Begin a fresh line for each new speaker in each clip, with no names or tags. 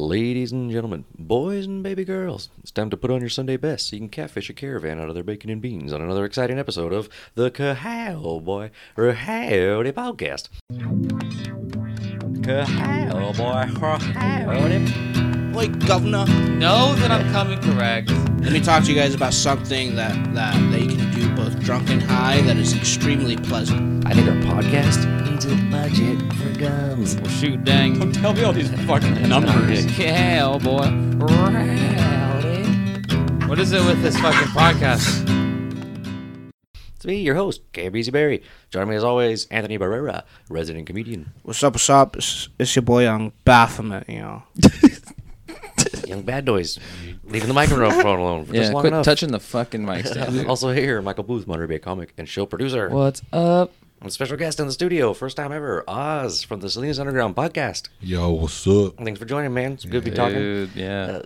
Ladies and gentlemen, boys and baby girls, it's time to put on your Sunday best so you can catfish a caravan out of their bacon and beans on another exciting episode of the Cowboy Howdy Podcast. Cowboy Howdy.
Like governor,
Know that I'm coming correct.
let me talk to you guys about something that that they can do both drunk and high that is extremely pleasant.
I think our podcast needs a budget for guns.
Well, shoot, dang.
Tell me all these fucking numbers. oh
Cowboy. Rowdy. What is it with this fucking podcast?
It's me, your host, KBZ Barry. Joining me as always, Anthony Barrera, resident comedian.
What's up? What's up? It's, it's your boy on Baphomet. You know,
Young Bad Noise, leaving the microphone alone for just long enough.
the fucking mic
also here, Michael Booth, Monterey Bay comic and show producer.
What's up?
And special guest in the studio, first time ever, Oz from the Salinas Underground podcast.
Yo, what's up?
Thanks for joining, man. It's good to be talking.
Dude, yeah.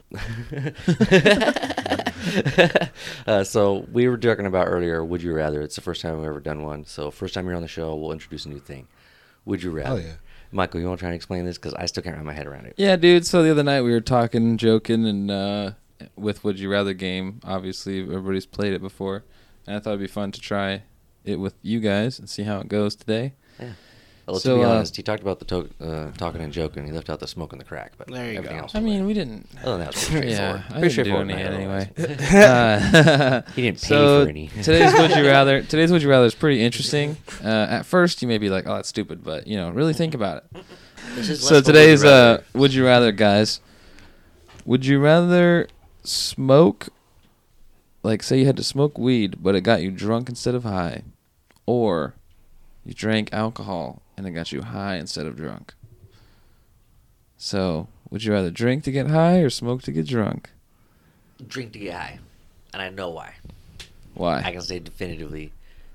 Uh, so we were talking about earlier, would you rather? It's the first time we've ever done one. So first time you're on the show, we'll introduce a new thing. Would you
Oh,
rather?
yeah.
Michael, you want to try and explain this because I still can't wrap my head around it.
yeah, dude. So the other night we were talking, joking, and uh, with Would You Rather game. Obviously, everybody's played it before. And I thought it'd be fun to try it with you guys and see how it goes today.
Well,
So,
to be
uh,
honest, he talked about the to- uh, talking and joking. He left out the smoke and the crack, but
There you
everything
go.
else.
I mean, we didn't.
other than that, it's pretty
Yeah,
straightforward. pretty
I didn't do
straightforward
any
night, otherwise.
anyway. Uh,
He didn't pay
so
for any.
today's would you rather. Today's would you rather is pretty interesting. Uh, at first, you may be like, "Oh, that's stupid," but you know, really think about it.
This is
so
less what would you
today's uh,
rather.
would you rather, guys? Would you rather smoke, like say you had to smoke weed, but it got you drunk instead of high, or you drank alcohol and it got you high instead of drunk? So, would you rather drink to get high or smoke to get drunk?
drink to get high, and I know why.
Why?
I can say definitively,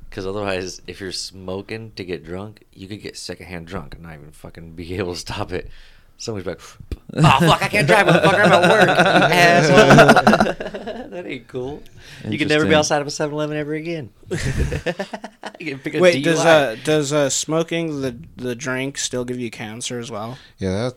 because otherwise, if you're smoking to get drunk, you could get secondhand drunk and not even fucking be able to stop it. Somebody's like, "Oh fuck, I can't drive, motherfucker! I'm at work, you asshole." that ain't cool. You can never be
Interesting.
outside of a 7-Eleven ever again. you can pick a
wait, does
DUI.
uh does uh smoking the the drink still give you cancer as well?
Yeah, that,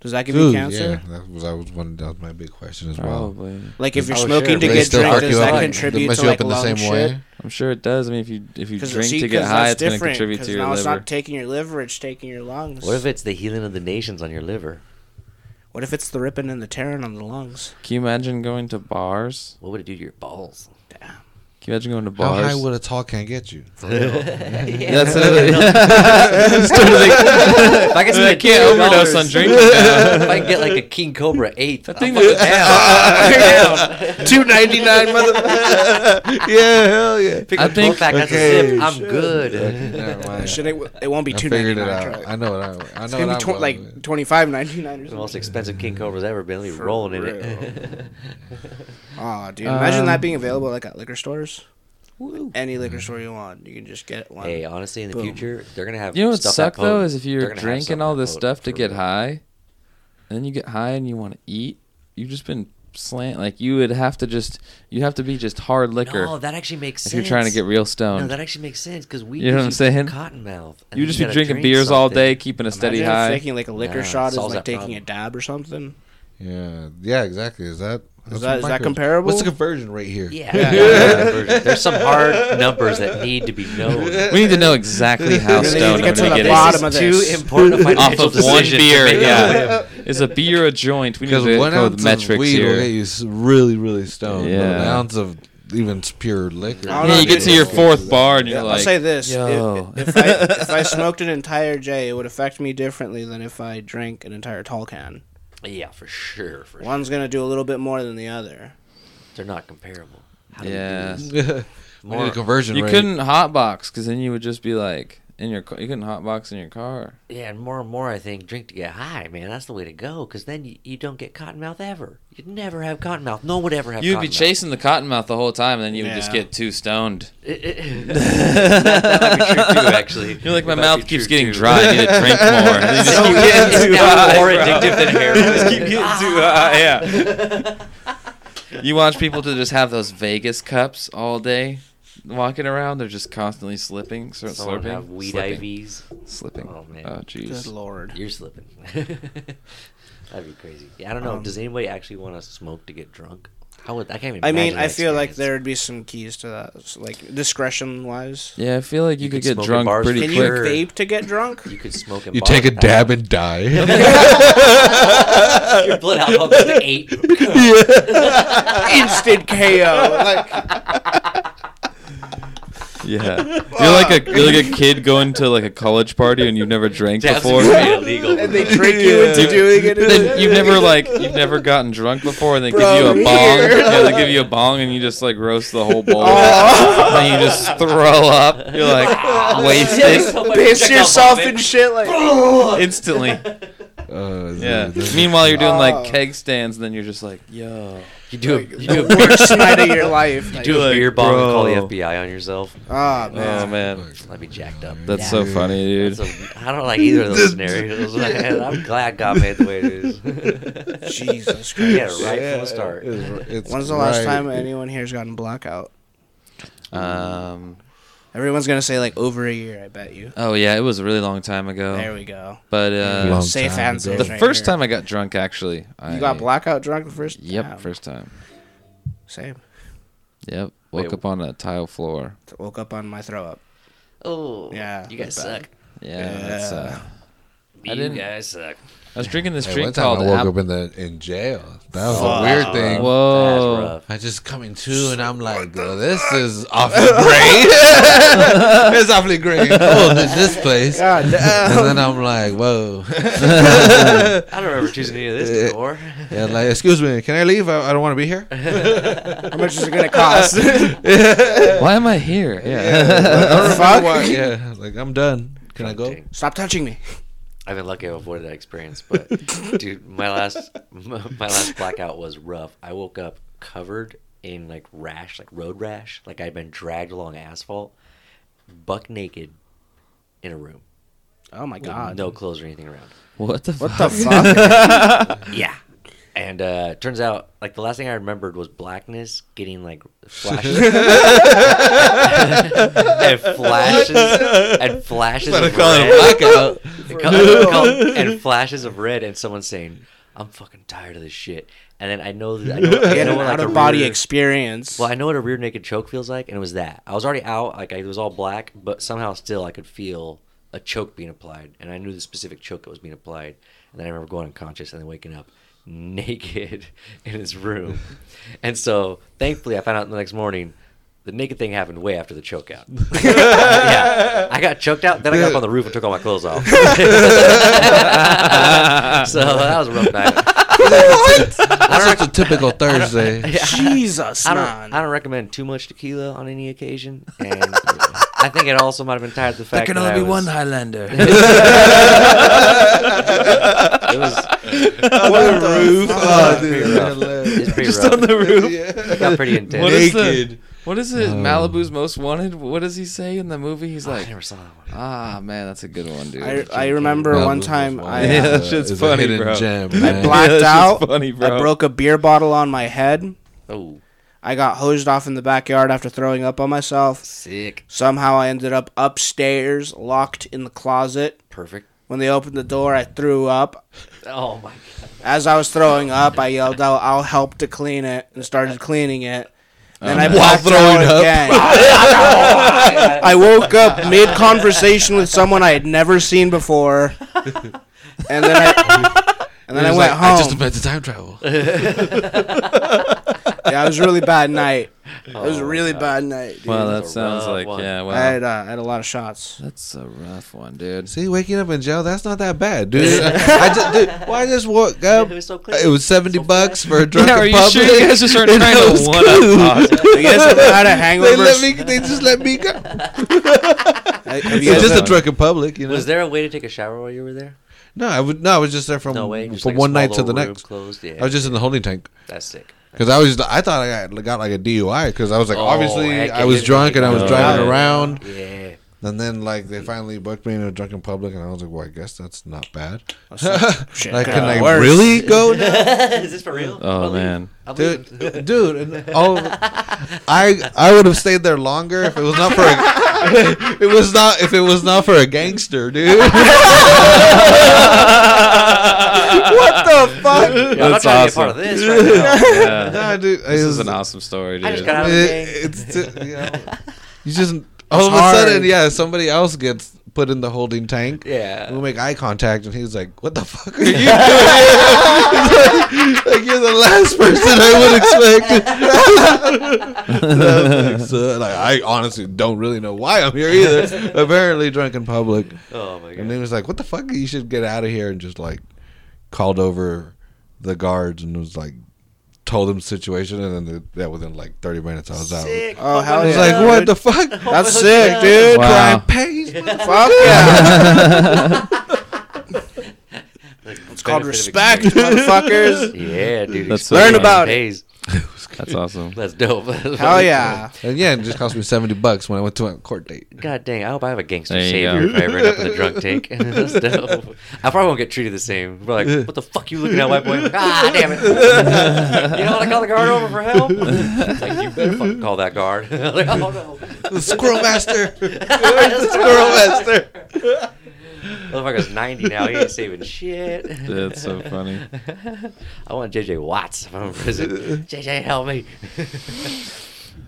Does that give
dude,
you cancer?
yeah, that was I was one. That was my big question as well.
Probably.
Like if you're
Oh, sure.
smoking
They
to get
still
drunk,
fuck
does
you
that
up.
contribute
They mess
to
you
like
up in the
lung
same
shit?
way.
I'm sure it does. I mean, if you if you
'Cause
drink
see,
to get
'cause
high,
that's
it's going to
different,
contribute
'cause
to your
now
liver.
it's not taking your liver; it's taking your lungs.
What if it's the healing of the nations on your liver?
What if it's the ripping and the tearing on the lungs?
Can you imagine going to bars?
What would it do to your balls?
Can you imagine going to
How
bars?
high would a tall can get you?
yeah, that's another. It's totally like-
If I, can
I
spend
can't overdose
$10
on drinking now.
if I can get like a King Cobra 8,
That
I'm
thing
fucking
was-
down.
Two ninety nine, motherfucker. yeah, hell yeah.
Pick
I
up
think-
12 pack, that's a
okay,
sip. I'm
shit.
good.
Never mind.
Shit, it, it won't be
I
two ninety
figured it
nine.
out. I know what I. I know
It's gonna
what
be
I
tw-
was.
like twenty five ninety nine or
the
something.
most expensive King Cobra's ever been. They'll be rolling in it.
Oh, dude! Imagine
Um, Mm-hmm.
that being available like at liquor stores. Any liquor store you want, you can just get one.
hey, uh, honestly, in the
Boom.
future, they're going to have
You know what
stuff
suck
that potent.
though is if
They're
you're
gonna have
drinking
something
all
that
this
potent
stuff to
for
get
real.
high, and then you get high and you want to eat. You've just been slant. Like you would have to just. You have to be just hard liquor
No, that actually makes
if
sense.
you're trying to get real
No,
stoned.
that actually makes sense because we
You know what I'm saying?
cotton mouth.
you would just be drinking beers all day, keeping a steady
Imagine if
high.
Taking like a liquor
Nah,
shot is
solves
like
that
taking
problem.
a dab or something.
yeah, yeah, exactly. Is that that's
that-
what
is that
Mike was-
comparable?
What's the conversion rate here?
Yeah. There's some hard numbers that need to be known.
We need to know exactly how
Really need
stoned
to
I'm
get to
gonna
the
get.
bottom
it.
of
Too
this.
important a
off
financial
of one
decision to
beer.
make.
Yeah, is a beer a joint? We need
Because
to
one
go
ounce
with
of
metrics
weed will get
here.
you s- really, really stoned. Yeah.
Yeah.
An ounce of even pure liquor.
I don't
Yeah,
know,
you get to your fourth bar and you're like,
I'll say this: if-
yo.
if, I, if I smoked an entire J, it would affect me differently than if I drank an entire tall can.
Yeah, for sure. For sure.
One's gonna do a little bit more than the other.
They're not comparable. How do we do
yeah.
this?
we need a conversion
You
rate.
couldn't hotbox because then you would just be like in your. ca- You couldn't hotbox in your car.
Yeah, and more and more, I think drink to get high, man. That's the way to go. Because then you, you don't get cotton mouth ever. You'd never have cotton mouth. No one would ever have.
You'd be
cotton
chasing the cottonmouth the whole time, and then you would just
Yeah.
get too stoned.
mouth. that, that might be true too, actually.
You're like,
It
my
might
mouth
be true,
keeps getting
too."
dry. I need to drink more. And you just
So
keep
good.
getting
It's
too
now
high,
uh, more
bro.
addictive than heroin.
You just keep getting too high. Yeah. You watch people to just have those Vegas cups all day, walking around. They're just constantly slipping, sort of
Someone
slurping,
have weed
slipping,
IVs.
slipping.
Oh, man.
Oh,
Good
jeez.
lord!
You're slipping. That'd be crazy. Yeah, I don't know.
Um,
Does anybody actually want to smoke to get drunk? How would I can't even.
I mean,
imagine
I
that
feel like
experience.
there'd be some keys to that, s- like discretion wise.
Yeah, I feel like you,
You could
could get
smoke at
drunk
bars
pretty
for
Can you
quick.
sure.
vape to get drunk?
you could smoke. in
You
bars.
take a
I-
dab and die.
Your blood alcohol goes to eight.
Instant KO. uh, Like,
Yeah, you're like a you're like a kid going to like a college party and you've never drank
That's
before.
completely illegal.
and they trick you
Yeah.
into doing it.
Then you've never like you've never gotten drunk before, and they
Bro,
give you a
here.
bong. Yeah, they give you a bong, and you just like roast the whole bowl, and you just throw up. You're like "Ah,
Yeah,
wasted
so much
piss
check out
yourself
vomit.
and shit. Like,
instantly.
Uh,
Yeah.
that's-
Meanwhile, you're doing
Oh.
like keg stands, and then you're just like, yo,
You do a, you do a,
the
beer-
worst night of your life. Like,
do a
Like,
beer bomb and
bro.
call the FBI on yourself.
ah, man.
oh man,
That'd be jacked up.
that's
Yeah.
so funny, dude.
So, I don't like either of those scenarios. man. I'm glad God made the way it is.
Jesus Christ.
yeah, right from the start.
it's- it's
When's the last
right.
time anyone here's gotten blackout?
um,
Everyone's gonna say like over a year. I bet you.
oh yeah, it was a really long time
There
ago,
we go.
but
Long
uh,
Safe
time
answer.
ago.
Oh. the
right
first
here.
time I got drunk, actually, I
you got blackout drunk the first.
Yep,
time.
first time.
Same.
Yep,
Wait,
woke up on a tile floor.
Woke up on my throw up.
Oh,
Yeah,
You guys
that's bad.
suck.
Yeah, That's, uh, I
You
didn't-
guys suck.
I was drinking this
Hey,
drink
one time
called
I woke
Apple.
up in the in jail. That was
Fuck.
a weird thing.
Whoa.
That's rough.
I just coming to and I'm like, "Well, this is awfully great. it's awfully great. Cool, this, this place.
God
And
damn.
then I'm like, whoa.
I don't remember choosing any of this before.
Yeah, like, excuse me, can I leave? I, I don't want to be here. "Ah."
How much is it gonna cost?
Why am I here? Yeah.
I don't
Fuck.
remember why. Yeah, like I'm done. Can I go?
Dang.
Stop touching me.
I've been lucky I've avoided that experience, but dude, my last my last blackout was rough. I woke up covered in like rash, like road rash, like I'd been dragged along asphalt, buck naked, in a room,
Oh my
with
god.
no clothes or anything around.
what the
What
fuck?
the fuck?
Yeah. And uh turns out like the last thing I remembered was blackness getting like flashes and flashes and flashes
Better
of
call it a
red.
blackout.
They call- they call- and flashes of red and someone saying, I'm fucking tired of this shit. And then I know that I know, I
Get
know
an
what, like,
out
a
of body
rear-
experience.
well, I know what a rear naked choke feels like, and it was that. I was already out, like I, it was all black, but somehow still I could feel a choke being applied, and I knew the specific choke that was being applied. And then I remember going unconscious and then waking up naked in his room. and so, thankfully, I found out the next morning. The naked thing happened way after the choke out. yeah, I got choked out. Then I got up on the roof and took all my clothes off. so that was a rough night.
That's just a typical Thursday.
Jesus,
I
man.
don't, I don't recommend too much tequila on any occasion, and I think it also might have been tied to the fact that I was,
Highlander.
It was
What a roof.
Oh, dude. it's pretty
Just
rough.
on the roof.
It got pretty intense.
What is the,
Naked.
what is
Oh.
it? Malibu's most wanted. What does he say in the movie? He's
I
like,
never saw that one.
ah, man, that's a good one, dude.
I, I remember one time I,
Yeah,
uh,
that shit's funny, bro.
Gem,
I
man.
blacked
that's just
out.
funny,
I
bro.
broke a beer bottle on my head.
Oh,
I got hosed off in the backyard after throwing up on myself.
sick,
Somehow I ended up upstairs, locked in the closet.
perfect.
When they opened the door, I threw up.
Oh my god,
As I was throwing up, I yelled out, "I'll help to clean it," and started cleaning it. Then I
Um, While
blacked
throwing
out
up.
again. I woke up mid conversation with someone I had never seen before, and then I and then I went
He was like,
home.
I just invented time travel.
Yeah, it was a really bad night. It was a really
Oh,
bad night. Dude.
Wow,
That's
that
a
sounds
rough
like
one.
yeah. Wow,
I had uh, I had a lot of shots.
that's a rough one, dude.
See, waking up in jail, that's not that bad, dude. I, I just, dude, why I just woke up?
It was so clear.
It was seventy
So
bucks
fast.
for a drunk
Yeah, are you
public.
sure you guys just aren't
and
trying
I
to
was
one
cool.
up? us?
You guys ever had a
They
hangover?
let me. They just let me go.
uh, Have
It's
you guys-
just a drunk in public, you know.
Oh. was there a way to take a shower while you were there?
No, I would. No, I was just there from
No way. Just
from
like a
one
small
night to
little
the
room
next.
Closed. Yeah,
I was just in the holding tank
that's sick.
because I was. I thought I got, got like a DUI because I was like,
Oh,
obviously
heck,
I
it
was
is
drunk and I was
Oh,
driving
yeah.
around.
Yeah,
And And then like they finally booked me in a drunken public, and I was like, well, I guess that's not bad.
Shit
Like,
could
can
be
I
worse.
really go now?
Is this for real?
Oh man.
I believe it.
dude, dude, and all I I would have stayed there longer if it was not for a, it was not if it was not for a gangster, dude.
what the fuck?
Yeah, I'm not
That's
trying to be a part of
awesome.
this right now.
Yeah.
Nah, dude,
This
it
is
was-
an awesome story,
I
dude.
just got out of the
it-
game.
it's t- you, know, you just all of a
hard.
sudden, yeah, somebody else gets put in the holding tank.
Yeah.
We make eye contact, and he's like, "What the fuck are you doing?" It's like, like, you're the last person I would expect. And I was like, so, like, I honestly don't really know why I'm here either. Apparently, drunk in public,
Oh my
and
god.
he was like, "What the fuck? You should get out of here!" And just like called over the guards and was like, told them the situation, and then the, yeah, within like 30 minutes, I was out.
Sick.
Oh,
I
hell
was
yeah.
like, "What the fuck?"
That's
Oh,
sick,
yeah.
dude.
Wow.
Brian Page.
Fuck yeah.
Like,
It's
benefit
called
of
respect,
experience.
motherfuckers.
Yeah, dude.
That's
experience
so about it.
pays.
That's awesome.
That's dope.
Hell yeah.
And yeah, it just cost me 70 bucks when I went to a court date.
God dang, I hope I have a gangster
There you
savior
go.
if I ever end up in a drunk tank. That's dope. I probably won't get treated the same. We're like, what the fuck you looking at, white boy? Ah, damn it. you know what I call the guard over for help? It's like, you better fucking call that guard. like, oh, no.
The squirrel master.
That's
squirrel master.
Motherfucker's 90 now. He ain't saving shit.
That's so funny.
I want JJ Watts if I'm in prison. JJ, help me.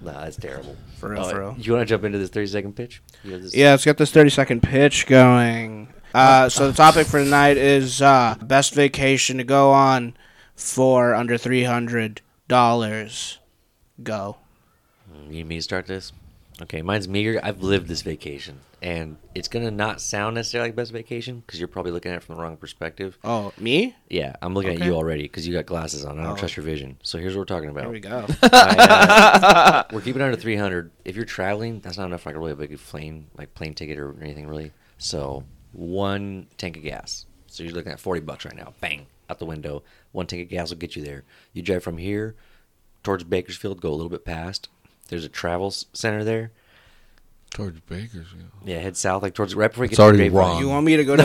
nah, that's terrible.
For real,
Uh,
for real.
You want to jump into this 30 second pitch? You have this-
Yeah, let's get this 30 second pitch going. Uh, so the topic for tonight is uh, best vacation to go on for under $300. Go.
You need me to start this? Okay, mine's meager. I've lived this vacation, and it's gonna not sound necessarily like best vacation because you're probably looking at it from the wrong perspective.
Oh, me?
Yeah, I'm looking at you already because you got glasses on. I don't
Oh.
trust your vision. So here's what we're talking about.
There we go.
I, uh, we're keeping it under 300. If you're traveling, that's not enough for like a really big plane, like plane ticket or anything really. So one tank of gas. So you're looking at 40 bucks right now. Bang out the window. One tank of gas will get you there. You drive from here towards Bakersfield, go a little bit past. There's a travel s- center there.
George Bakersfield.
Yeah, head south, like towards right before you get
It's
to
already
Grapevine.
wrong.
You want me to go to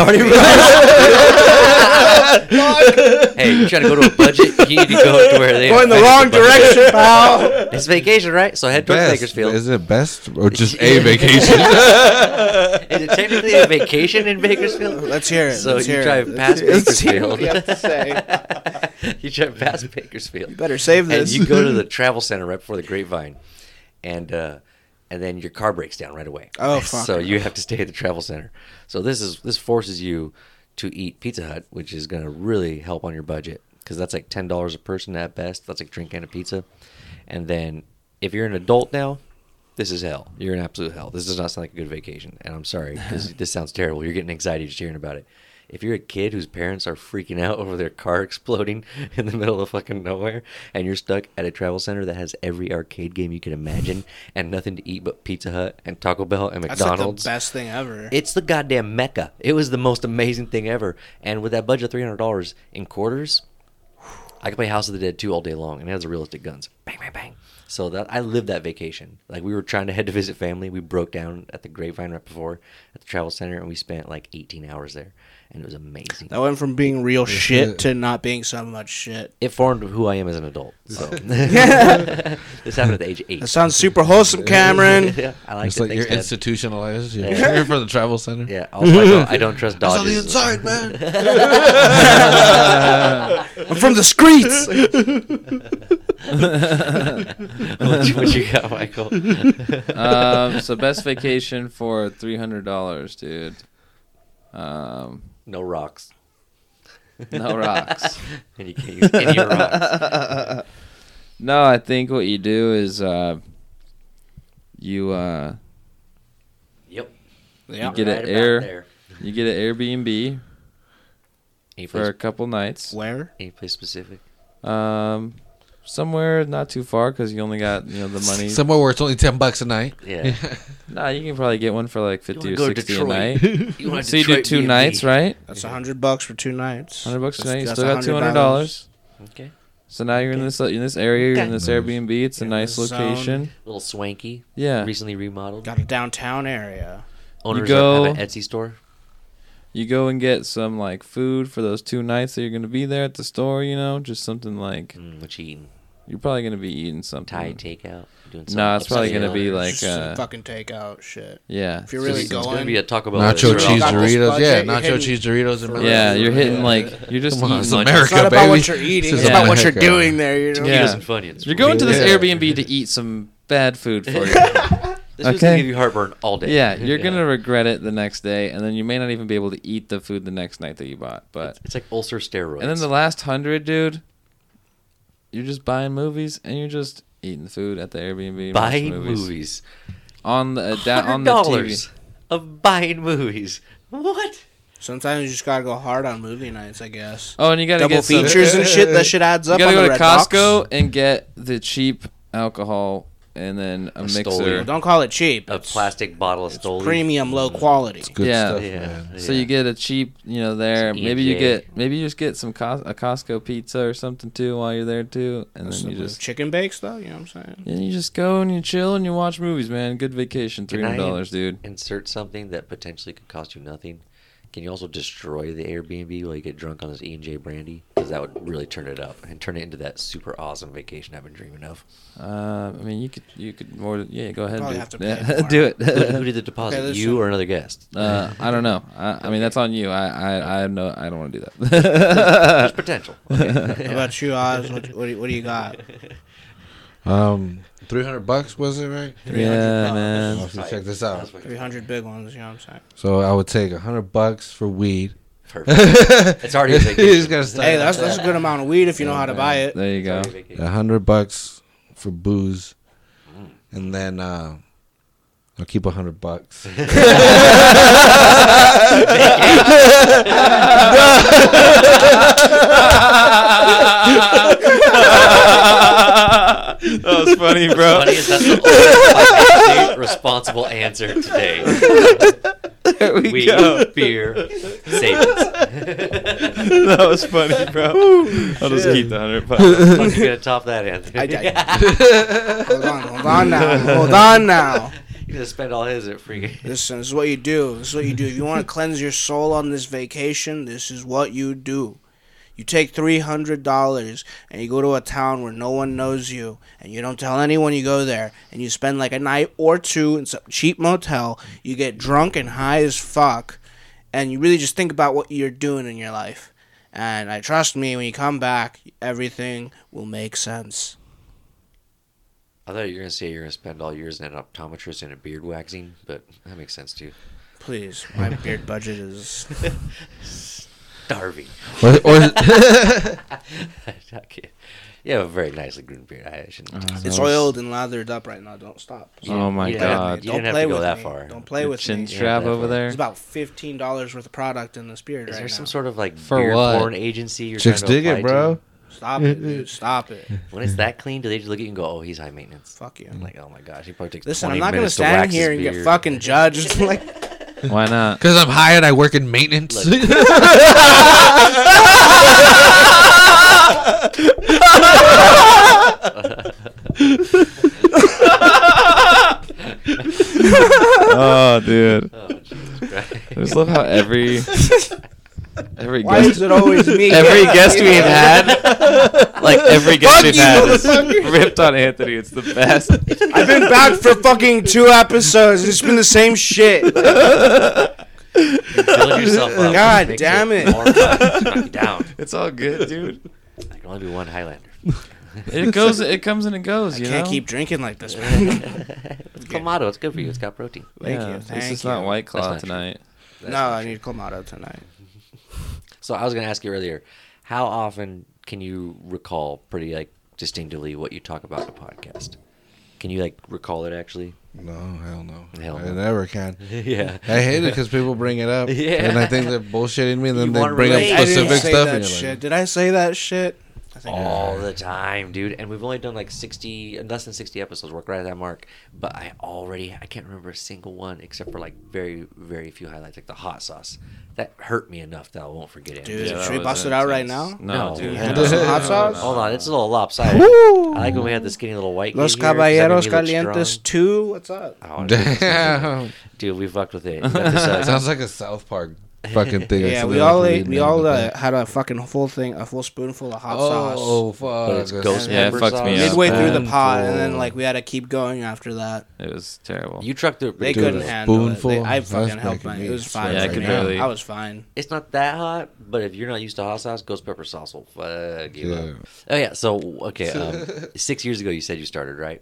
Hey, you trying to go to a budget? You need to go to where they
Going the
budget
wrong
budget.
direction, pal.
It's vacation, right? So head towards Bakersfield.
Is it best or just a vacation?
Is it technically a vacation in Bakersfield?
Let's hear it.
So
Let's
you
hear
drive
it.
past
Let's hear
Bakersfield.
what you have to say.
you drive past Bakersfield.
Better save
And
this.
you go to the travel center right before the grapevine. And uh and then your car breaks down right away.
Oh, fuck.
So you have to stay at the travel center. So this is this forces you to eat Pizza Hut, which is going to really help on your budget because that's like ten dollars a person at best. That's like drink and a pizza. And then if you're an adult now, this is hell. You're in absolute hell. This does not sound like a good vacation, and I'm sorry because this sounds terrible. You're getting anxiety just hearing about it. If you're a kid whose parents are freaking out over their car exploding in the middle of fucking nowhere, and you're stuck at a travel center that has every arcade game you can imagine and nothing to eat but Pizza Hut and Taco Bell and
That's like the
McDonald's,
best thing ever.
it's the goddamn mecca. It was the most amazing thing ever. And with that budget, of three hundred dollars in quarters, I could play House of the Dead 2 all day long, and it has realistic guns. Bang, bang, bang. So that I lived that vacation. Like we were trying to head to visit family, we broke down at the Grapevine right before at the travel center, and we spent like 18 hours there, and it was amazing.
that went from being real shit to not being so much shit.
It formed who I am as an adult. So. this happened at the age of
That
eight.
sounds super wholesome, Cameron.
yeah, I like
it's like you're
Thanks, Dad.
institutionalized. You're,
Yeah.
you're from the travel center.
Yeah, also I don't, I don't trust
It's on the
Dodges.
inside, man.
I'm from the streets.
what, you, what you got, Michael?
Um, so best vacation for three hundred dollars, dude. Um,
No rocks.
no rocks.
And you can't use any rocks.
No, I think what you do is uh, you uh,
Yep.
Yeah.
Right
Get an
about
air.
there.
you get an Airbnb
Any place,
for a couple nights,
Where?
any place specific?
um, somewhere not too far because you only got you know the money.
Somewhere where it's only 10 bucks a night.
Yeah.
nah, you can probably get one for like
You
fifty
wanna go
or
to
sixty a
Detroit.
night.
You want
so you do two nights, right?
That's a hundred bucks for two nights.
Hundred bucks a
That's-
night. You
that's
still got two hundred
$100.
dollars.
Okay.
So now you're in
Okay.
this in this area. You're in
Okay.
this Airbnb. It's a
Yeah,
nice
the zone.
location.
A little swanky.
Yeah.
Recently remodeled.
Got a downtown area.
Owners
go-
have an Etsy store.
You go and get some like food for those two nights that you're gonna be there at the store. You know, just something like
Mm, what you eating?
you're probably gonna be eating something.
Thai takeout. Doing
Mm. Nah, it's probably
upside
gonna be
down.
like
Just
uh,
fucking takeout shit.
yeah.
If you're really
it's
just-
going-
gonna be a Taco Bell.
Nacho
that is
cheese
awful.
Double
Doritos, yeah,
budget,
nacho
hitting-
cheese Doritos and
Yeah, you're hitting
Yeah.
like you're just
Come on,
eating
it's
like
America.
It's not about
baby.
what you're eating.
This
It's
is
about what you're
America.
doing there. You know.
Yeah.
Tito's and Funyuns.
You're going to this
Yeah.
Airbnb to eat some bad food for you.
This is gonna
Okay.
give you heartburn all day.
yeah, you're gonna regret it the next day, and then you may not even be able to eat the food the next night that you bought. But
It's like ulcer steroids.
and then the last hundred, dude, you're just buying movies and you're just eating food at the Airbnb.
buying
watching
movies.
on the uh, da- on
Hundred
the TV.
dollars of buying movies. What?
Sometimes you just gotta go hard on movie nights, I guess.
Oh, and you gotta
Double
get some,
features and shit. That shit adds
You
up.
gotta
on
go
the
to
Red
Costco
Box.
and get the cheap alcohol and then a
Stoli.
mixer.
Don't call it cheap.
A
It's
plastic bottle of Stoli.
premium, low quality.
good
Yeah.
stuff,
Yeah.
man.
So you get a cheap, you know, there.
Some
Maybe you
E
EJ.
get, maybe you just get some Cos- a Costco pizza or something too while you're there too, and then you just
chicken bakes though. You know what I'm saying?
and you just go and you chill and you watch movies, man. Good vacation, three
Can I-
hundred dollars, dude.
Insert something that potentially could cost you nothing. Can you also destroy the Airbnb while you get drunk on this E and J brandy? Because that would really turn it up and turn it into that super awesome vacation I've been dreaming of.
Uh, I mean, you could, you could more, yeah, go ahead,
Probably
dude.
have to
Yeah,
pay for
do
Who, who
it.
did the deposit?
Okay,
you
listen.
or another guest?
uh, I don't know. I, I mean, that's on you. I, I, I know. I don't want to do that.
There's potential. Okay.
How about you, Oz? What, what, do you, what do you got?
Um, three hundred bucks was it right?
yeah,
$300.
man.
So check this out.
Three hundred big ones. You know what I'm saying?
So I would take hundred bucks for weed.
Perfect. It's already a
You just
vacation.
gotta start
Hey,
with
that's
that.
that's a good amount of weed if you know how to buy it.
There you
It's
go.
already a vacation.
a hundred bucks for booze,
Mm.
and then uh, I'll keep a hundred bucks.
that was funny, bro.
Funny is that's the only fucking responsible answer today.
There we,
We
go.
fear savings.
That was funny, bro. I'll just keep the hundred bucks.
I'm gonna top that, Anthony.
I- Hold on, hold on now, hold on now.
You're gonna spend all his at free.
Listen, this is what you do. This is what you do. If you want to cleanse your soul on this vacation, this is what you do. You take three hundred dollars and you go to a town where no one knows you, and you don't tell anyone you go there, and you spend like a night or two in some cheap motel. You get drunk and high as fuck, and you really just think about what you're doing in your life. And I trust me, when you come back, everything will make sense.
I thought you were gonna say you're gonna spend all yours in an optometrist and a beard waxing, but that makes sense too.
Please, my beard budget is
Darby.
or, or
okay. You have a very nicely groomed beard. I shouldn't.
it's oiled and lathered up right now. Don't stop.
Oh my
Yeah.
god.
You
Don't
didn't have
play
to go
with
that
me.
far.
Don't play
Your
with
chin
me.
strap
Yeah,
over there.
There's about fifteen dollars worth of product in this beard
Is
right
there some
now.
sort of like
For
beard
what?
porn agency you're
chicks
trying to
dig it,
apply
bro.
Stop it, dude. Stop it.
To? When it's that clean, do they just look at you and go, "Oh, he's high maintenance"?
Fuck you.
I'm like, oh my gosh, he probably takes.
Listen,
20
I'm not gonna
minutes to
stand
wax his
here and get
beard."
fucking judged. like,
Why not?
Because I'm high and I work in maintenance.
Look.
oh, dude.
Oh, Jesus
I
Christ.
just love how every every
why
guest
is it always me?
every guest we've had, like every guest
Fuck
we've
you,
had, is ripped on Anthony. It's the best.
I've been back for fucking two episodes. It's been the same shit.
You're filling yourself up.
God
Makes
damn it.
more fun. Knock you down.
It's all good, dude.
There can only be one Highlander.
It goes. It comes and it goes.
I
You
can't
know?
keep drinking like this. man.
it's Clamato. It's good for you. It's got protein.
Thank
yeah,
you.
It's
Thank
just
you.
not White Claw
not true.
tonight.
no, I need Clamato tonight.
So I was going to ask you earlier, how often can you recall pretty like distinctively what you talk about in a podcast? Can you like recall it actually?
no, hell no.
Hell
I
no.
never can.
yeah.
I hate it because people bring it up,
Yeah.
and I think they're bullshitting me, and then
You
they
wanna
bring up
relate.
I didn't
specific
say
stuff,
that
and you're
shit.
like,
Did I say that shit? I think
all the time, dude. And we've only done like sixty, less than sixty episodes. We're right at that mark. But I already, I can't remember a single one except for like very, very few highlights, like the hot sauce. That hurt me enough that I won't forget it.
Dude,
Yeah, that
should we
was
bust it out right now?
intense. No,
No.
dude.
You
We'll
had
no.
do some hot sauce.
Hold on, it's a little lopsided. I like when we had the skinny little white.
Los
kid here, 'cause that made
Caballeros
me look
Calientes
strong.
two. What's up?
Oh, dude,
Damn.
dude, we fucked with it. We got this, uh,
Sounds like a South Park fucking thing.
Yeah, we all ate, we all uh, had a fucking full thing, a full spoonful of hot sauce
Oh,
But
fuck.
it's ghost
Yeah, it
pepper
fucks
sauce.
me up.
midway
yeah.
through the pot, and then
Spoonful.
like we had to keep going after that.
It was terrible.
You trucked through.
They
Dude,
couldn't
a
handle it. They,
spoonful
I
of
fucking
rice
helped
making
mine. It
me
was
sweat.
fine.
Yeah, I
for
could
me.
barely-
I was fine.
It's not that hot, but if you're not used to hot sauce, ghost pepper sauce will fuck you
Yeah.
up. Oh yeah, so okay, um, six years ago you said you started right.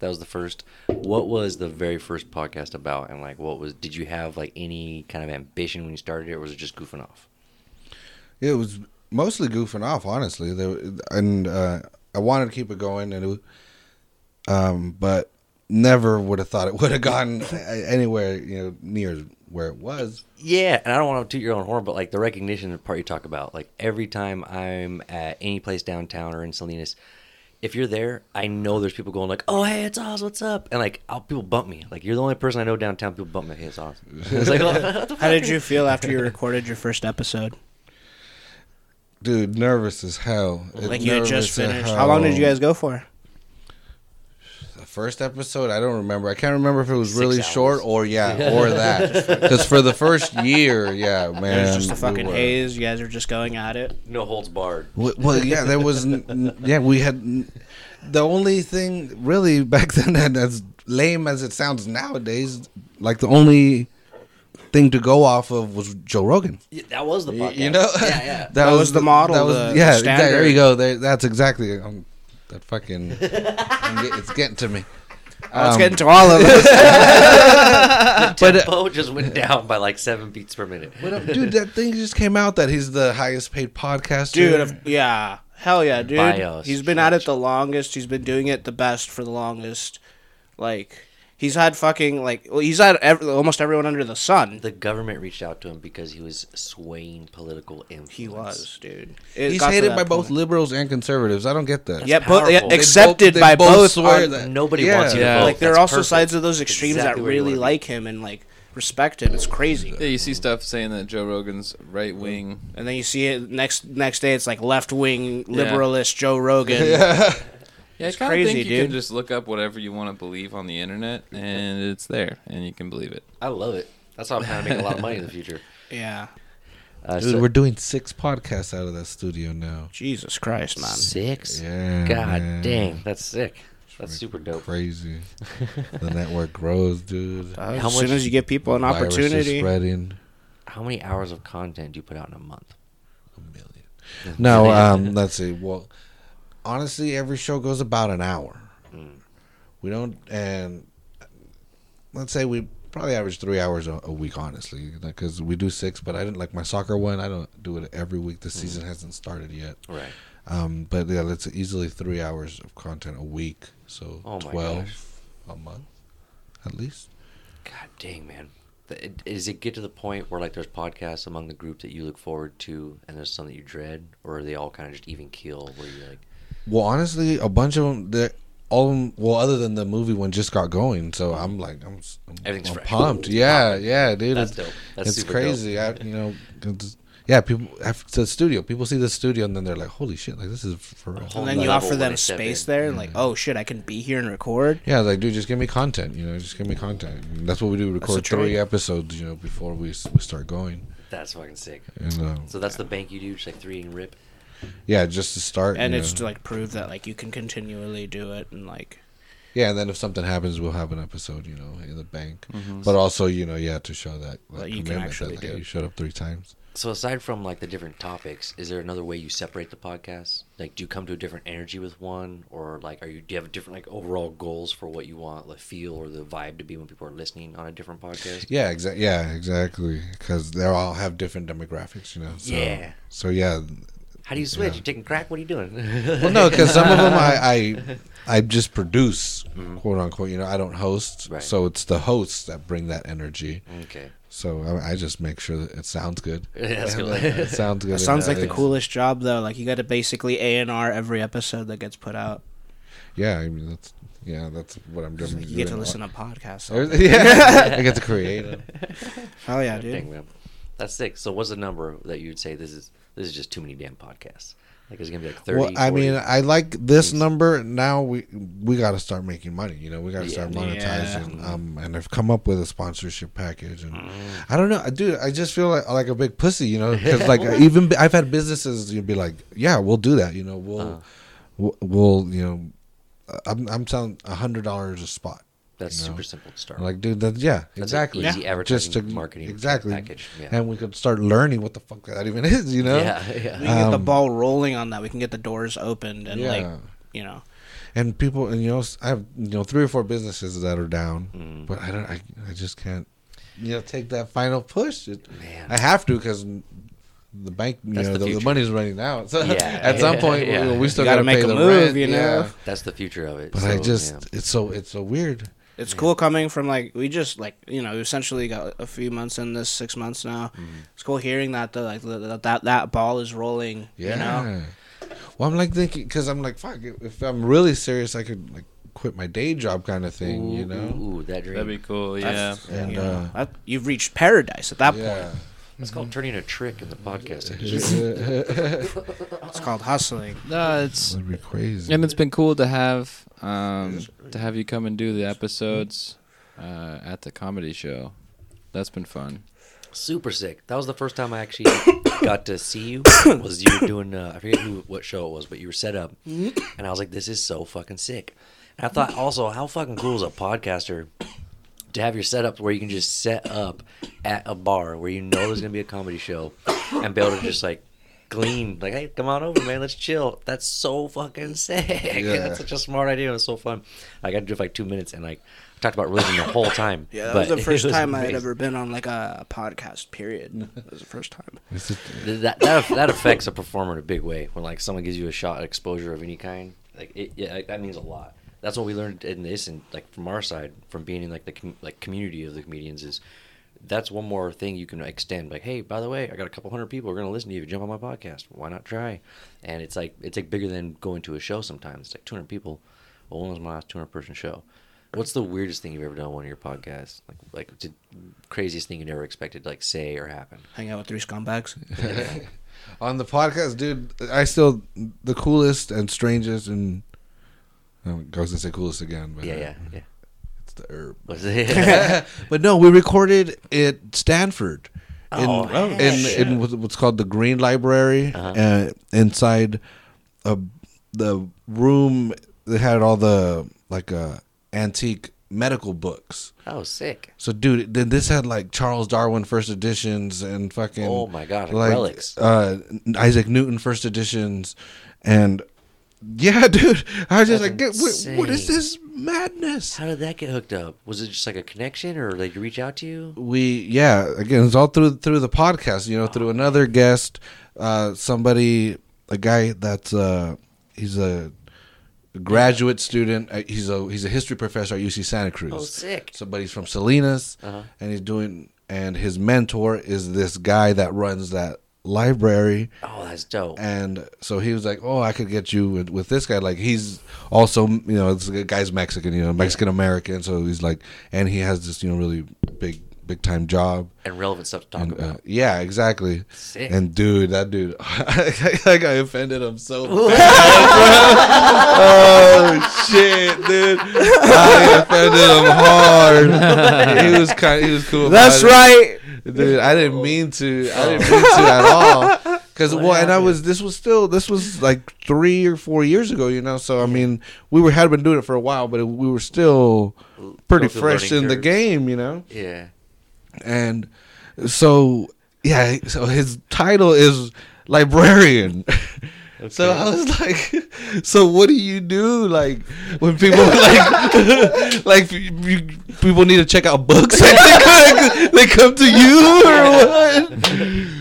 That was the first. What was the very first podcast about? And like, what was? Did you have like any kind of ambition when you started it, or was it just goofing off?
It was mostly goofing off, honestly. There, and uh, I wanted to keep it going, and it, was- um, but never would have thought it would have gotten a- anywhere you know near where it was.
Yeah, and I don't want to toot your own horn, but like the recognition part you talk about, like every time I'm at any place downtown or in Salinas, if you're there, I know there's people going like, "Oh, hey, it's Oz, what's up?" And like, I'll, people bump me. Like you're the only person I know downtown. People bump me. Hey, it's Oz. It's like, what the
How did you feel after you recorded your first episode?
Dude, nervous as hell.
Like you had just
Nervous as
finished. How long did you
hell.
guys go for?
The first episode, I don't remember. I can't remember if it was
Six
really
hours.
short or yeah, or that. Because for the first year, yeah, man,
It was just a
we
fucking
were-
haze. You guys were just going at it.
no holds barred.
Well, well, yeah, there was. n- n- Yeah, we had. n- The only thing really back then, and as lame as it sounds nowadays, like the only thing to go off of was Joe Rogan.
Yeah, that was the
Y-
podcast.
You know,
Yeah, yeah.
That was the model, the- the
yeah, exact- there
standard.
you go. There, that's exactly. Um, that fucking. I'm get- it's getting to me.
Let's
Um,
get into all of this.
But tempo just went down by like seven beats per minute.
uh, What up, dude? That thing just came out that he's the highest paid podcaster.
dude. if- yeah, hell yeah, dude.
Bios.
He's been at it the longest. He's been doing it the best for the longest. Like he's had fucking like well, he's had ev- almost everyone under the sun.
The government reached out to him because he was swaying political influence.
He was, dude. It
he's
got to
hated
that
by both
point.
liberals and conservatives. I don't get that.
yeah, both, yeah,
powerful. They both-
accepted
they
by
both
both.
swear
on-
that-
Nobody
Yeah.
wants you to
Yeah.
vote.
Like there are
That's
also
perfect.
sides of those extremes
Exactly
that
where you
really
wanna be.
like him and like respect him. It's crazy.
yeah, you see stuff saying that Joe Rogan's right wing.
And then you see it next next day. It's like left wing liberalist Joe Rogan.
Yeah,
It's
I kinda
crazy,
think you
dude.
can just look up whatever you want to believe on the internet, and it's there, and you can believe it.
I love it. That's how I'm trying to make a lot of money in the future.
Yeah.
Uh,
Dude,
so-
we're doing six podcasts out of that studio now.
Jesus Christ, man.
six.
Yeah,
God
man.
dang, that's sick. That's super dope.
Crazy. the network grows, dude.
Uh,
How
as
much-
soon as you give people an
Virus is
opportunity,
spreading.
How many hours of content do you put out in a month?
A million. No,
Yeah.
um, let's see. Well, honestly, every show goes about an hour. We don't, and let's say we probably average three hours a, a week, honestly, because we do six. But I didn't like my soccer one. I don't do it every week. The season hasn't started yet.
Mm. Right.
Um, but yeah, that's easily three hours of content a week. So
Oh my gosh.
twelve a month, at least.
God dang, man. Th- Does it get to the point where like there's podcasts among the group that you look forward to, and there's some that you dread, or are they all kind of just even keel? Where you're like,
Well, honestly, a bunch of them. They're, all of them, well, other than the movie one, just got going. So I'm like, I'm, s- I'm,
Everything's
I'm
fresh.
pumped. Yeah, yeah, dude.
that's
it's
dope. That's
it's
super
crazy. I, you know, 'cause- yeah. People after the studio, people see the studio and then they're like, "Holy shit! Like this is for real."
whole
and then
new
you
level
offer
when they
them
step
space
in.
there, and like, oh shit, I can be here and record.
Yeah, like dude, just give me content. You know, just give me content. And that's what we do. we
That's the
Record three
trick.
episodes. You know, before we s- we start going.
That's fucking sick.
And um,
So that's the bank you do, just like three and rip.
yeah, just to start.
And
you
it's
know.
to like prove that like you can continually do it and like
yeah. And then if something happens, we'll have an episode. You know, in the bank. But also, you know, you have to show that, that
Mm-hmm. That you can
commitment
actually
that,
do
like,
it.
you showed up three times.
So aside from like the different topics, is there another way you separate the podcast? Like, do you come to a different energy with one, or like, are you do you have different like overall goals for what you want the feel or the vibe to be when people are listening on a different podcast?
Yeah, exactly. Yeah, exactly. Because they all have different demographics, you know. So,
Yeah.
So yeah.
How do you switch?
Yeah.
You taking crack? What are you doing?
Well, no, because some of them I, I I just produce,
Mm-hmm.
quote unquote. You know, I don't host,
Right.
so it's the hosts that bring that energy.
Okay.
So I, I just make sure that it sounds good.
That's
And
cool.
that it sounds good.
That sounds like the
Yeah.
coolest job though. Like you got to basically A and R every episode that gets put out.
Yeah, I mean that's yeah, that's what I'm doing.
Like you get to listen to podcasts. all day.
yeah, I get to create. it.
Hell Oh, yeah,
Dang,
dude.
man. That's sick. So what's the number that you'd say this is this is just too many damn podcasts? Like it's gonna be like thirty.
Well, I
40?
mean, I like this number. Now we we got to start making money. You know, we got to
Yeah.
start
Yeah.
monetizing. Um, and I've come up with a sponsorship package, and
Mm-hmm.
I don't know, dude. I just feel like like a big pussy, you know, because like even b- I've had businesses you'd be like, yeah, we'll do that. You know, we'll
Uh-huh.
we'll, we'll you know, I'm I'm selling a hundred dollars a spot.
that's
you know,
super simple to start.
Like, dude, that, yeah,
an
exactly.
easy
Yeah.
advertising, marketing
exactly.
package, yeah.
And we could start learning what the fuck that even is, you know.
yeah, yeah.
We can get the
Um,
ball rolling on that. We can get the doors opened and like
Yeah.
you know.
And people, and you know, s- I have you know three or four businesses that are down,
Mhm.
but I don't, I, I just can't, you know, take that final push. It,
Man.
I have to because the bank, you
That's
know,
the
the, the,
future.
money's running out. So
Yeah.
at some point,
Yeah.
we, we still
You
got
gotta
to
make
pay
a
the
move,
rent,
you know?
yeah.
That's the future of it.
But
so,
I just,
yeah.
it's so, it's so weird.
It's cool coming from like we just like you know we essentially got a few months in this six months now.
Mm-hmm.
It's cool hearing that though, like that that, that ball is rolling.
Yeah.
Yeah. You know?
Well, I'm like thinking because I'm like, fuck. If if I'm really serious, I could like quit my day job, kind of thing, you
Ooh,
know.
ooh, ooh, that dream.
That'd be cool. Yeah.
That's-
And,
you know,
uh,
that- you've reached paradise at that
Yeah.
point.
It's called turning a trick in the podcast.
It's called hustling.
No, it's
That'd be crazy.
and it's been cool to have um to have you come and do the episodes uh, at the comedy show. That's been fun.
Super sick. That was the first time I actually got to see you. Was you doing? Uh, I forget who, what show it was, but you were set up, and I was like, "This is so fucking sick." And I thought, also, how fucking cool is a podcaster to have your setup where you can just set up at a bar where you know there's gonna be a comedy show, and be able to just like glean, like, "Hey, come on over, man. Let's chill." That's so fucking sick.
Yeah.
That's such a smart idea. It was so fun. I got to do it for like two minutes, and like talked about religion the whole time.
Yeah, that
but
was the
it
first time I had
amazing.
ever been on like a podcast. Period. That was the first time.
It's a-
Th- that that, that affects a performer in a big way when like someone gives you a shot at exposure of any kind like it, yeah like, that means a lot that's what we learned in this and like from our side from being in like the com- like community of the comedians is that's one more thing you can extend like hey by the way i got a couple hundred people who are going to listen to you if you jump on my podcast why not try and it's like it's like bigger than going to a show sometimes it's like 200 people well when was my last 200 person show what's the weirdest thing you've ever done on one of your podcasts like like the craziest thing you never expected to like say or happen
Hang out with three scumbags.
on the podcast, dude. I still the coolest and strangest and oh, I was gonna say coolest again, but
yeah yeah yeah
it's the herb.
was it
but no, we recorded at Stanford. In,
Oh, Uh-huh.
in, in what- what's called the Green Library, uh inside uh the room that had all the like uh, antique medical books.
Oh, sick.
So, dude, then this had like Charles Darwin first editions and fucking.
Oh my God, like relics.
Uh, Isaac Newton first editions, and yeah, dude, I was
That's
just like, "Get- what, what is
insane.
this madness?
How did that get hooked up? Was it just like a connection or like you reach out to you?
We yeah, again, it's all through through the podcast, you know, through another guest, uh, somebody, a guy that's uh, he's a graduate student. Uh, he's a he's a history professor at UC Santa Cruz.
Oh, sick.
Somebody's from Salinas,
Uh-huh.
and he's doing. And his mentor is this guy that runs that library.
Oh, that's dope.
And so he was like, "Oh, I could get you with, with this guy. Like he's also, you know, this guy's Mexican, you know, Mexican American. So he's like, and he has this, you know, really big, big time job.
And relevant stuff to talk
And, uh,
about.
yeah, exactly.
Sick.
And dude, that dude, like I offended him so. bad, bro. Oh shit, dude! I offended him hard. he was kind. He was cool.
That's
about it.
right.
Dude, I didn't mean to. I didn't mean to at all. Because well, and I was. This was still. This was like three or four years ago. You know. So I mean, we were had been doing it for a while, but we were still pretty
Go through
fresh
learning
in the
curves.
game. You know.
Yeah.
And so yeah. So his title is librarian. So I was like, so what do you do like when people like like you- you, people need to check out books? And they, come, they come to you or what?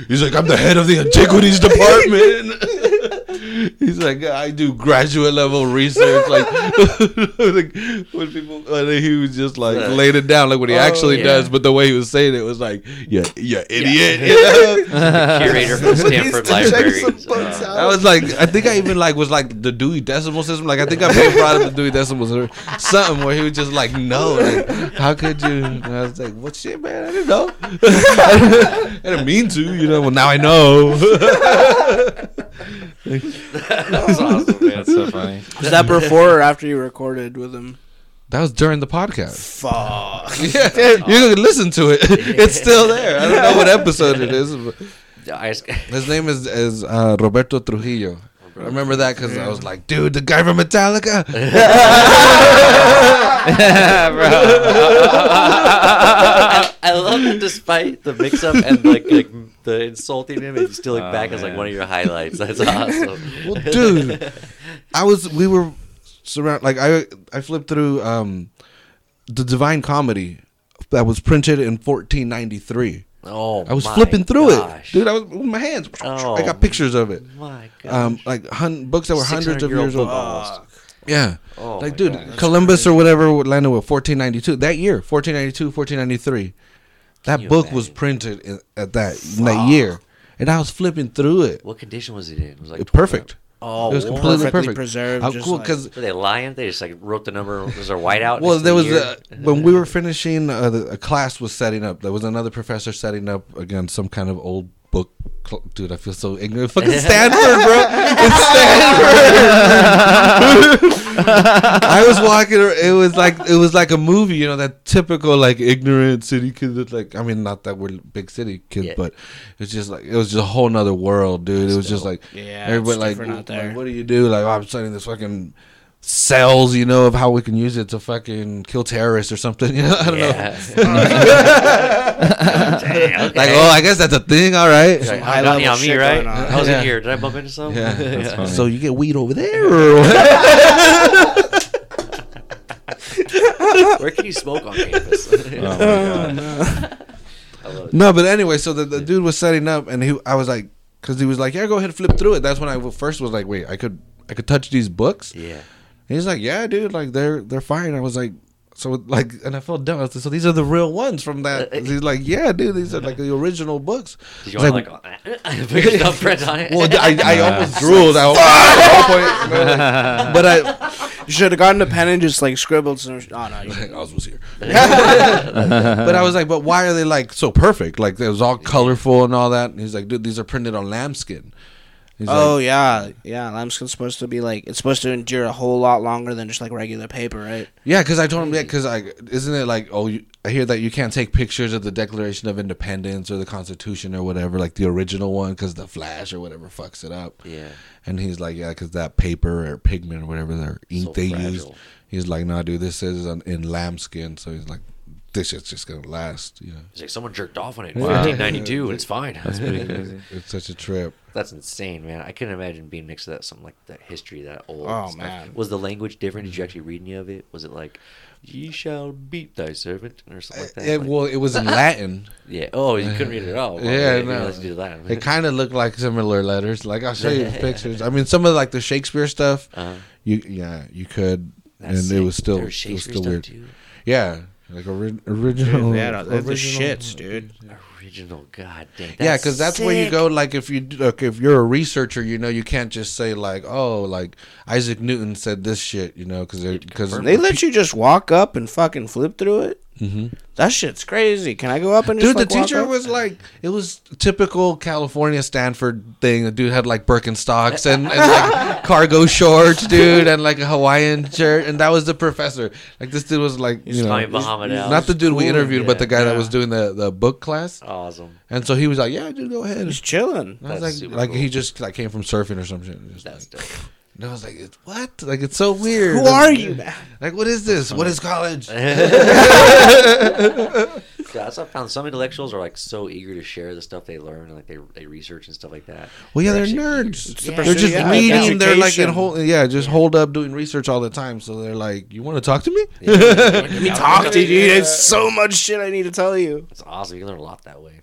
He's like, I'm the head of the antiquities department. He's like, I do graduate level research. Like, like when people, and he was just like laid it down, like what he actually
yeah.
does. But the way he was saying it was like, yeah, Oh, yeah, idiot. you know?
Curator from Stanford Library. Uh,
I was like, I think I even like was like the Dewey Decimal System. Like, I think I may have brought up the Dewey Decimal System, something where he was just like, no, like, how could you? And I was like, what shit, man? I didn't know. I didn't mean to, you know. Well, now I know.
that's awesome, man.
That's so funny.
Was that before or after you recorded with him?
that was during the podcast.
Fuck.
Yeah, you can listen to it. It's still there. I don't know what episode it is. But
I just-
his name is is uh, Roberto Trujillo. I remember that because I was like, dude, the guy from Metallica.
I, I love that despite the mix up and like, like the insulting him, it's still like
Oh,
back as like
man.
one of your highlights. That's awesome.
well, dude, I was. We were surround. Like I, I flipped through um, the Divine Comedy that was printed in 1493.
oh,
I was
my
flipping through
gosh.
it, dude. I was with my hands. I
Oh,
got pictures of it.
My God.
Um, like hun- books that were hundreds of years old.
Fuck.
Yeah.
Oh
like,
my
dude,
God. That's
Columbus or whatever would landed with 1492. That year, 1492, 1493. That
you
book was
imagine?
printed in, at that in that year, and I was flipping through it.
What condition was it in? It was like
It- perfect.
Oh,
it was
wow.
completely
Perfectly
perfect.
preserved,
How
just
cool!
like-
Because
Were they lying? They just like wrote the number. Was there white out?
well,
next to
there
the
was
year?
a, when we were finishing uh, the, a class was setting up. There was another professor setting up again some kind of old book. Cl- Dude, I feel so ignorant. Fucking Stanford, bro. It's Stanford. I was walking. ar- It was like it was like a movie. You know that typical like ignorant city kid. That, like I mean, not that we're big city kids,
Yeah.
but it was just like it was just a whole nother world, dude. It was just like
Yeah,
everybody
it's
like,
different out there.
like what do you do? Like oh, I'm studying this fucking cells, you know, of how we can use it to fucking kill terrorists or something. You know, I don't know.
yeah. Dang,
Like,
okay.
oh, I guess that's a thing. All right.
Like,
high
oh, not me,
level
on me,
shit
right?
going on.
I was
Yeah.
in here. Did I bump into something?
Yeah,
That's
oh.
funny.
So you get weed over there. Or what?
Where can you smoke on campus?
Oh
I love it.
no, but anyway, so the, the dude was setting up, and he, I was like, because he was like, yeah, go ahead, flip through it. That's when I w- first was like, wait, I could, I could touch these books.
Yeah.
And he's like, yeah, dude, like they're they're fine. I was like, so like, and I felt dumb. I was like, so these are the real ones from that. He's like, yeah, dude, these are like the original books.
Uh, Did
I
you
was
want like, like put your thumbprint on it?
Well, I, I almost drooled. I almost, at one point, but I,
You should have gotten a pen and just like scribbled some. Sh- oh no, you
like, Oz was here. but I was like, but why are they like so perfect? Like it was all colorful and all that. And he's like, dude, these are printed on lambskin. He's
Oh
like,
yeah, yeah. Lambskin's supposed to be like it's supposed to endure a whole lot longer than just like regular paper, right?
yeah, because I told him, yeah, because I isn't it like, oh, you, I hear that you can't take pictures of the Declaration of Independence or the Constitution or whatever, like the original one, because the flash or whatever fucks it up.
Yeah.
And he's like, yeah, because that paper or pigment or whatever their ink
So
they
fragile.
used. He's like, nah, dude, this is on, in lambskin, so he's like, this shit's just gonna last. You know,
It's like someone jerked off on it in 1592 and it's fine. That's pretty crazy.
it's such a trip.
That's insane, man. I couldn't imagine being next to that something like that history that old.
Oh,
It's not-
man.
Was the language different?
Mm-hmm.
Did you actually read any of it? Was it like, "Ye shall beat thy servant" or something like that?
It,
Like-
well, it was in Latin.
yeah. Oh, you couldn't read it at all. Well,
Yeah,
you
no.
Let's do that.
It kind of looked like similar letters. Like I'll show you pictures. I mean, some of like the Shakespeare stuff.
Uh-huh.
You yeah, you could,
That's
and
sick.
it was still
There
it was
Shakespeare
still
stuff
weird.
too?
Yeah, like ori- original.
Yeah, uh, the
original-
shits, dude.
Original, god damn.
Yeah, because that's where you go. Like, if you look, if you're a researcher, you know, you can't just say like, "Oh, like Isaac Newton said this shit," you know, because because
confirm
They let you just walk up and fucking flip through it.
Mhm.
That shit's crazy. Can I go up and just,
Dude, the
like, walk
teacher
up?
was like, it was typical California Stanford thing. The dude had like Birkenstocks and, and like cargo shorts, dude, and like a Hawaiian shirt, and that was the professor. Like this dude was like, you know,
Tommy Bahama now.
not the dude we interviewed, but
Yeah.
the guy that
Yeah.
was doing the, the book class.
Awesome.
And so he was like, yeah, dude, go ahead.
he's chilling.
And I
That's
was like,
super
like he
cool.
just like came from surfing or something. Just
That's
like,
dope.
and I was like, it's what? Like it's so weird.
Who are you, man?
Like what is this? What is college?
Yeah, that's what I found. Some intellectuals are like so eager to share the stuff they learn, and like they they research and stuff like that.
Well, yeah, they're
actually
nerds.
eager.
the
they're
pursuit,
just
yeah,
reading. They're like in
education.
whole, yeah, just hold up doing research all the time. So they're like, "You want to talk to me?"
Yeah.
Let me talk to you. There's so much shit I need to tell you.
It's awesome. You can learn a lot that way.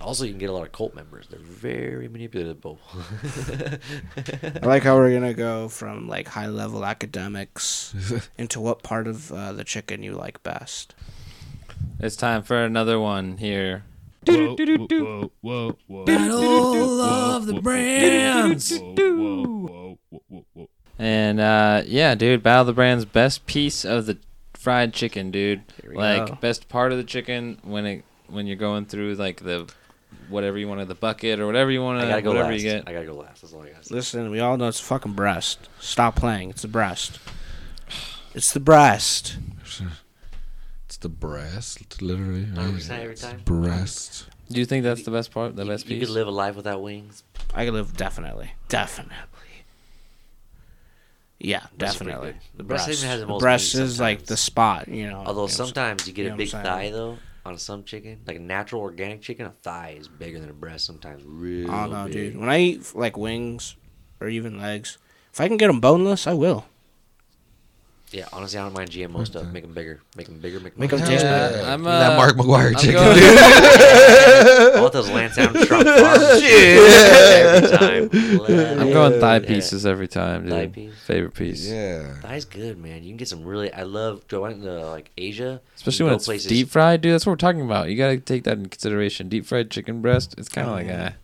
Also, you can get a lot of cult members. They're very manipulable.
I like how we're gonna go from like high level academics into what part of uh, the chicken you like best.
It's time for another one here.
Whoa, whoa, whoa, whoa. Battle of the brands.
And uh, yeah, dude, Battle of the Brands, best piece of the fried chicken, dude.
Here we
Like
go.
best part of the chicken when it when you're going through like the whatever you want to the bucket or whatever you want
I
to
gotta go
whatever
last.
you get.
I gotta go last. That's all I gotta say.
Listen, we all know it's fucking breast. Stop playing. It's the breast. It's the breast.
It's the breast, literally.
Hundred
right?
percent every
It's
time.
Breast.
Do you think that's the best part? The
You-
best
you,
piece?
could live a life without wings.
I could live definitely, definitely. Yeah,
Breast is pretty
definitely.
good.
The
Breast
breast,
even has the
the
most
breast
meat
is like
sometimes.
the spot, you know.
Although
you know,
sometimes you get
you
a
know
big
what I'm
thigh
saying?
though on some chicken, like a natural organic chicken, a thigh is bigger than a breast sometimes. Real
I don't know,
big.
dude. When I eat like wings or even legs, if I can get them boneless, I will.
Yeah, honestly, I don't mind GMO stuff. Make them bigger. Make them bigger. Make them.
Make 'em
bigger.
taste
Yeah.
better.
I'm,
that
uh,
Mark McGuire
I'm
chicken.
going-
I want those Lansdowne Trump farms every time.
I'm going thigh
Yeah.
pieces every time, dude.
Thigh piece.
Favorite piece.
Yeah.
Thigh's good, man. You can get some really. I love going to like Asia,
Especially
you
when
go
it's deep fried, dude. That's what we're talking about. You gotta take that in consideration. Deep fried chicken breast. It's
Oh,
kind of like a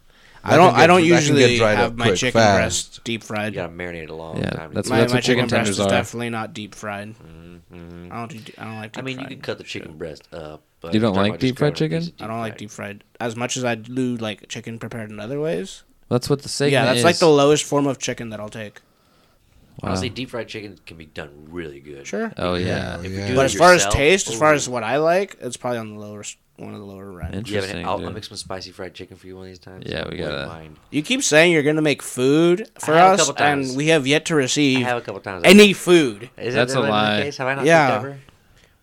I don't.
can
I
get-
don't
that can get
usually
dried
have
up
my
quick,
chicken
fast.
breast deep fried.
You gotta marinate it a long
Yeah,
time. to
that's
get
my
what
my chicken
chicken
breast
tenders
is
are.
definitely not deep fried.
Mhm.
I don't. Do, I don't like.
I
Deep
mean,
fried
you can cut the
shit.
chicken breast up. But
You
if you're
don't
talking
like
about just
deep fried
covering a piece
chicken?
of
I don't like deep fried as much as I do like chicken prepared in other ways.
That's what the segment
yeah, that's like
is.
the lowest form of chicken that I'll take.
Wow.
Honestly, deep fried chicken can be done really good.
Sure.
Oh
Yeah.
yeah.
If you
yeah.
do
but
it
as far as
yourself,
taste, as far
ooh.
as what I like, it's probably on the lower s- one of the lower end.
You have
Interesting.
an, I'll, I'll
dude.
make some spicy fried chicken for you one of these times.
Yeah, we
Wouldn't
gotta-
mind.
You keep saying you're gonna make food for
have a
us,
couple times.
and we have yet to
I
receive
have a couple times.
any food.
Is
That's
that
a
really
lie.
The case? Have I not
Yeah.
cooked ever?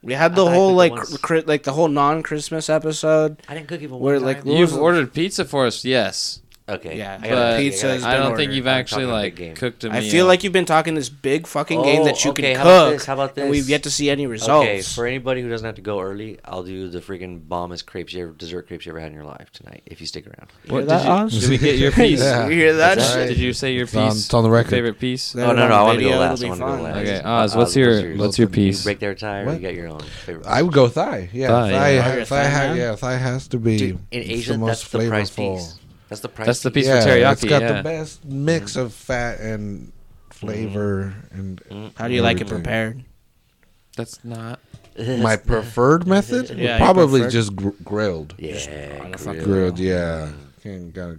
We had
I
the
thought I
whole
cooked
like
once.
cr- like the whole non-Christmas episode.
I didn't cook even
We're
one time.
like-
You've ordered pizza for us, yes,
okay.
Yeah,
I
but
gotta-
pizza is-
I
I don't
been
think
ordered.
you've
I'm
actually
talking big
like
game.
cooked a meal.
I feel like you've been talking this big fucking game that you
Oh, okay,
can
how about
cook,
this? How about
and we've
this?
yet to see any results.
Okay, for anybody who doesn't have to go early, I'll do the freaking bombest crepes you ever, dessert crepes you ever had in your life tonight if you stick around.
What did you-
did, you, did we get your piece?
Yeah.
You hear that?
That's
Did-
right.
Did you say your
It's on-
piece?
it's on the record.
Favorite piece?
Let
Oh
it
no
on
no, I want to
video,
go last. I
it'll
want
be
to go
fun.
last.
Okay, Oz, what's your what's your
You
piece?
break their tie. Or you
What?
got your own favorite.
I would go thigh. Yeah,
Thigh,
thigh.
yeah.
ha-
Your
thigh,
thigh,
ha-
man?
yeah, thigh has to be.
Dude, in
it's
Asia, that's the price piece. That's the price.
That's the piece
piece.
for
yeah, it's
teriyaki,
got
yeah.
the best
Mm.
mix of fat and flavor. And
Mm. How do you like it
Everything.
prepared?
That's not.
my preferred method would
Yeah, your
probably
preferred.
just gr- grilled.
Yeah,
on a fucking
grill.
Grilled, yeah.
Mm.
Can't gotta,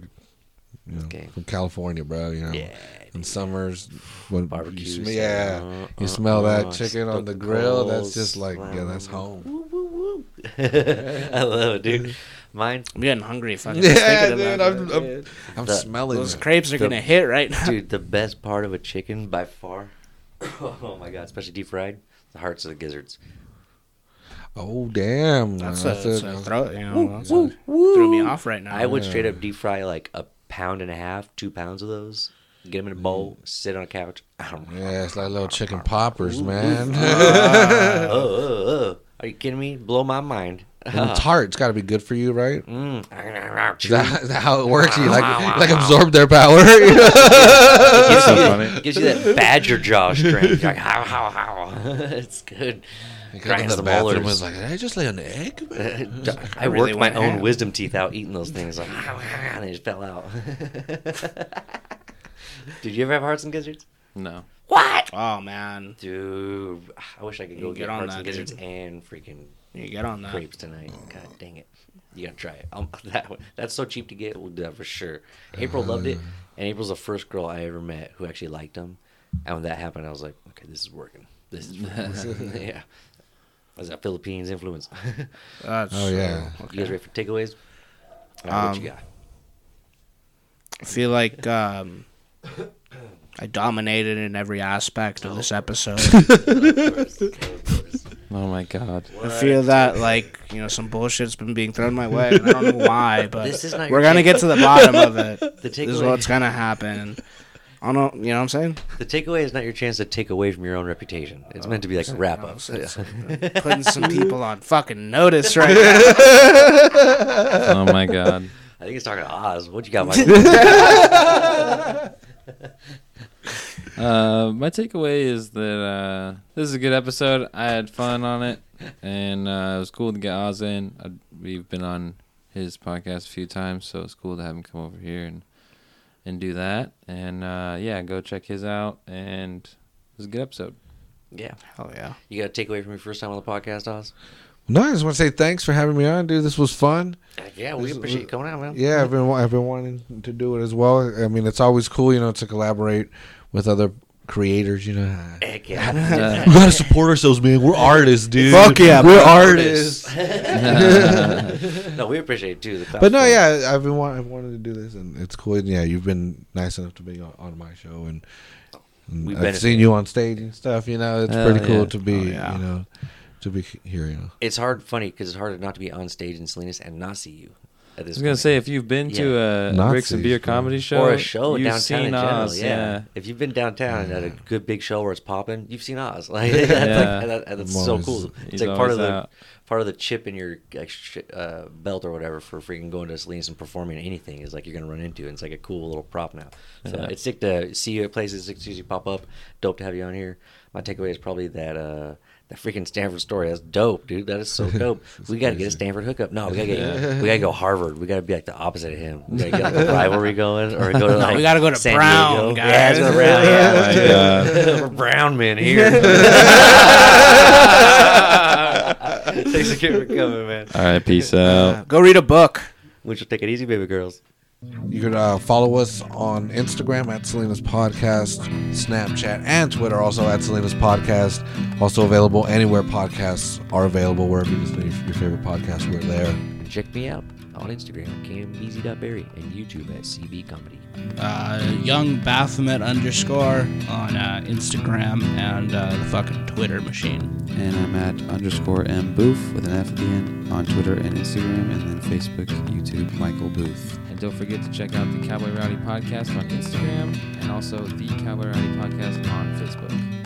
you know,
Okay.
from California, bro. You know,
Yeah,
in summers, when
Barbecues,
you sm- yeah,
uh,
you
uh,
smell that
uh,
chicken on the
stoked
grill.
coals,
That's just like, yeah, that's
um,
home.
Woo, woo, woo. I love it, dude. Mine,
I'm getting hungry. Fucking just
Yeah,
thinking
dude,
about
I'm,
it,
I'm,
dude.
I'm
The-
smelling
Those
it.
crepes are
The-
gonna hit right now.
dude. The best part of a chicken by far. Oh my god, especially deep fried. The hearts of the gizzards.
Oh damn!
That's,
man,
a, that's a throw. You know, that's
woo,
a- threw me off right now.
I would straight
Ah.
up deep fry like a pound and a half, two pounds of those. Get them in a bowl, sit on a couch.
yeah, it's like little chicken poppers, man.
Oh, oh, oh. Are you kidding me? Blow my mind.
and it's hard. It's got to be good for you, right?
Mm.
Is that, is that how it works? You like like absorb their power. you know?
gives, you, gives you that badger jaw strength. You're like, how, how, how. it's good.
You go in
Grinds
the
the
bathroom
molars.
was like, did I just lay an egg?
I worked
really
my
went
own
ham.
wisdom teeth out eating those things. Like, and they just fell out. Did you ever have hearts and gizzards?
No.
What?
Oh man,
Dude, I wish I could go
You
get,
get on
hearts
that,
and gizzards
dude.
and freaking
you get on that.
crepes tonight. God dang it. You gotta try it. Um, that, one- that's so cheap to get. We'll do that for sure. April loved it, and April's the first girl I ever met who actually liked them. And when that happened, I was like, okay, this is working. This is working. yeah. Was that Philippines influence?
That's,
Oh, yeah.
uh,
You guys ready for takeaways? All right, what you got?
I feel like um, I dominated in every aspect of this episode.
Oh my god.
I feel that like you know some bullshit's been being thrown my way. And I don't know why, but
This is not
we're
your
gonna
take-
get to the bottom of it.
The
This is
takeaway-
what's gonna happen. I don't know. You know what I'm saying?
The takeaway is not your chance to take away from your own reputation. It's meant to be like a wrap up.
Putting some people on fucking notice right now.
Oh my god.
I think he's talking to Oz. What you got, Mike?
Uh, my takeaway is that uh, this is a good episode. I had fun on it, and uh, it was cool to get Oz in. I, we've been on his podcast a few times, so it's cool to have him come over here and and do that. And uh, yeah, go check his out. And it was a good episode.
yeah.
Hell yeah.
You got a takeaway from your first time on the podcast, Oz?
No, I just want to say thanks for having me on, dude. This was fun.
Yeah, we
This-
appreciate you coming out, man.
Yeah, I've been I've been wanting to do it as well. I mean, it's always cool, you know, to collaborate with other creators. You know,
Heck yeah.
we gotta support ourselves, man. We're artists, dude.
Fuck yeah,
we're
bro.
artists.
no, we appreciate it too. The
But no, yeah, I've been want, I've wanted to do this, and it's cool. And yeah, you've been nice enough to be on, on my show, and, and
We
I've
benefit.
seen you on stage and stuff. You know, it's
Hell
pretty cool
yeah.
to be,
Oh, yeah.
you know, to be here. You know,
It's hard, funny, because it's hard not to be on stage in Salinas and not see you at
I
this
was gonna
point.
say if you've been to a Bricks
Nazis,
and Beer
bro.
comedy show
or a show
you've
downtown
seen
in general.
Oz,
yeah. if you've been downtown at a good big show where it's popping, you've seen Oz. Like, that's,
Yeah.
like- that- that's
I'm
so
always-
cool. It's
he's
like part
always
of the
out.
part of the chip in your like, sh- uh, belt or whatever for freaking going to Salinas and performing anything is like you're gonna run into. it. It's like a cool little prop now. So
Yeah.
it's sick to see you at places. It's usually pop up. Dope to have you on here. My takeaway is probably that. uh that freaking Stanford story, that's dope, dude. That is so dope. we gotta get a Stanford hookup. No, we gotta get, we gotta go Harvard. We gotta be like the opposite of him. We gotta get like a rivalry going, or go to
No,
like
we gotta go to
San
Brown,
Diego.
guys.
Yeah, let's go to Brown. Yeah,
Oh my God.
We're brown men here. Thanks again for coming, man.
All right, peace out.
Go read a book.
We should take it easy, baby girls.
you can uh, follow us on Instagram at Selena's Podcast, Snapchat, and Twitter also at Selena's Podcast. Also available anywhere podcasts are available. Wherever you listen to your, your favorite podcast, we're there.
And check me out on Instagram, cambeezy.berry, and YouTube at CB Comedy.
uh, young Baphomet underscore on uh, Instagram and uh, the fucking Twitter machine.
And I'm at underscore M Booth with an F at the end on Twitter and Instagram and then Facebook, YouTube, Michael Booth.
And don't forget to check out the Cowboy Rowdy Podcast on Instagram and also the Cowboy Rowdy Podcast on Facebook.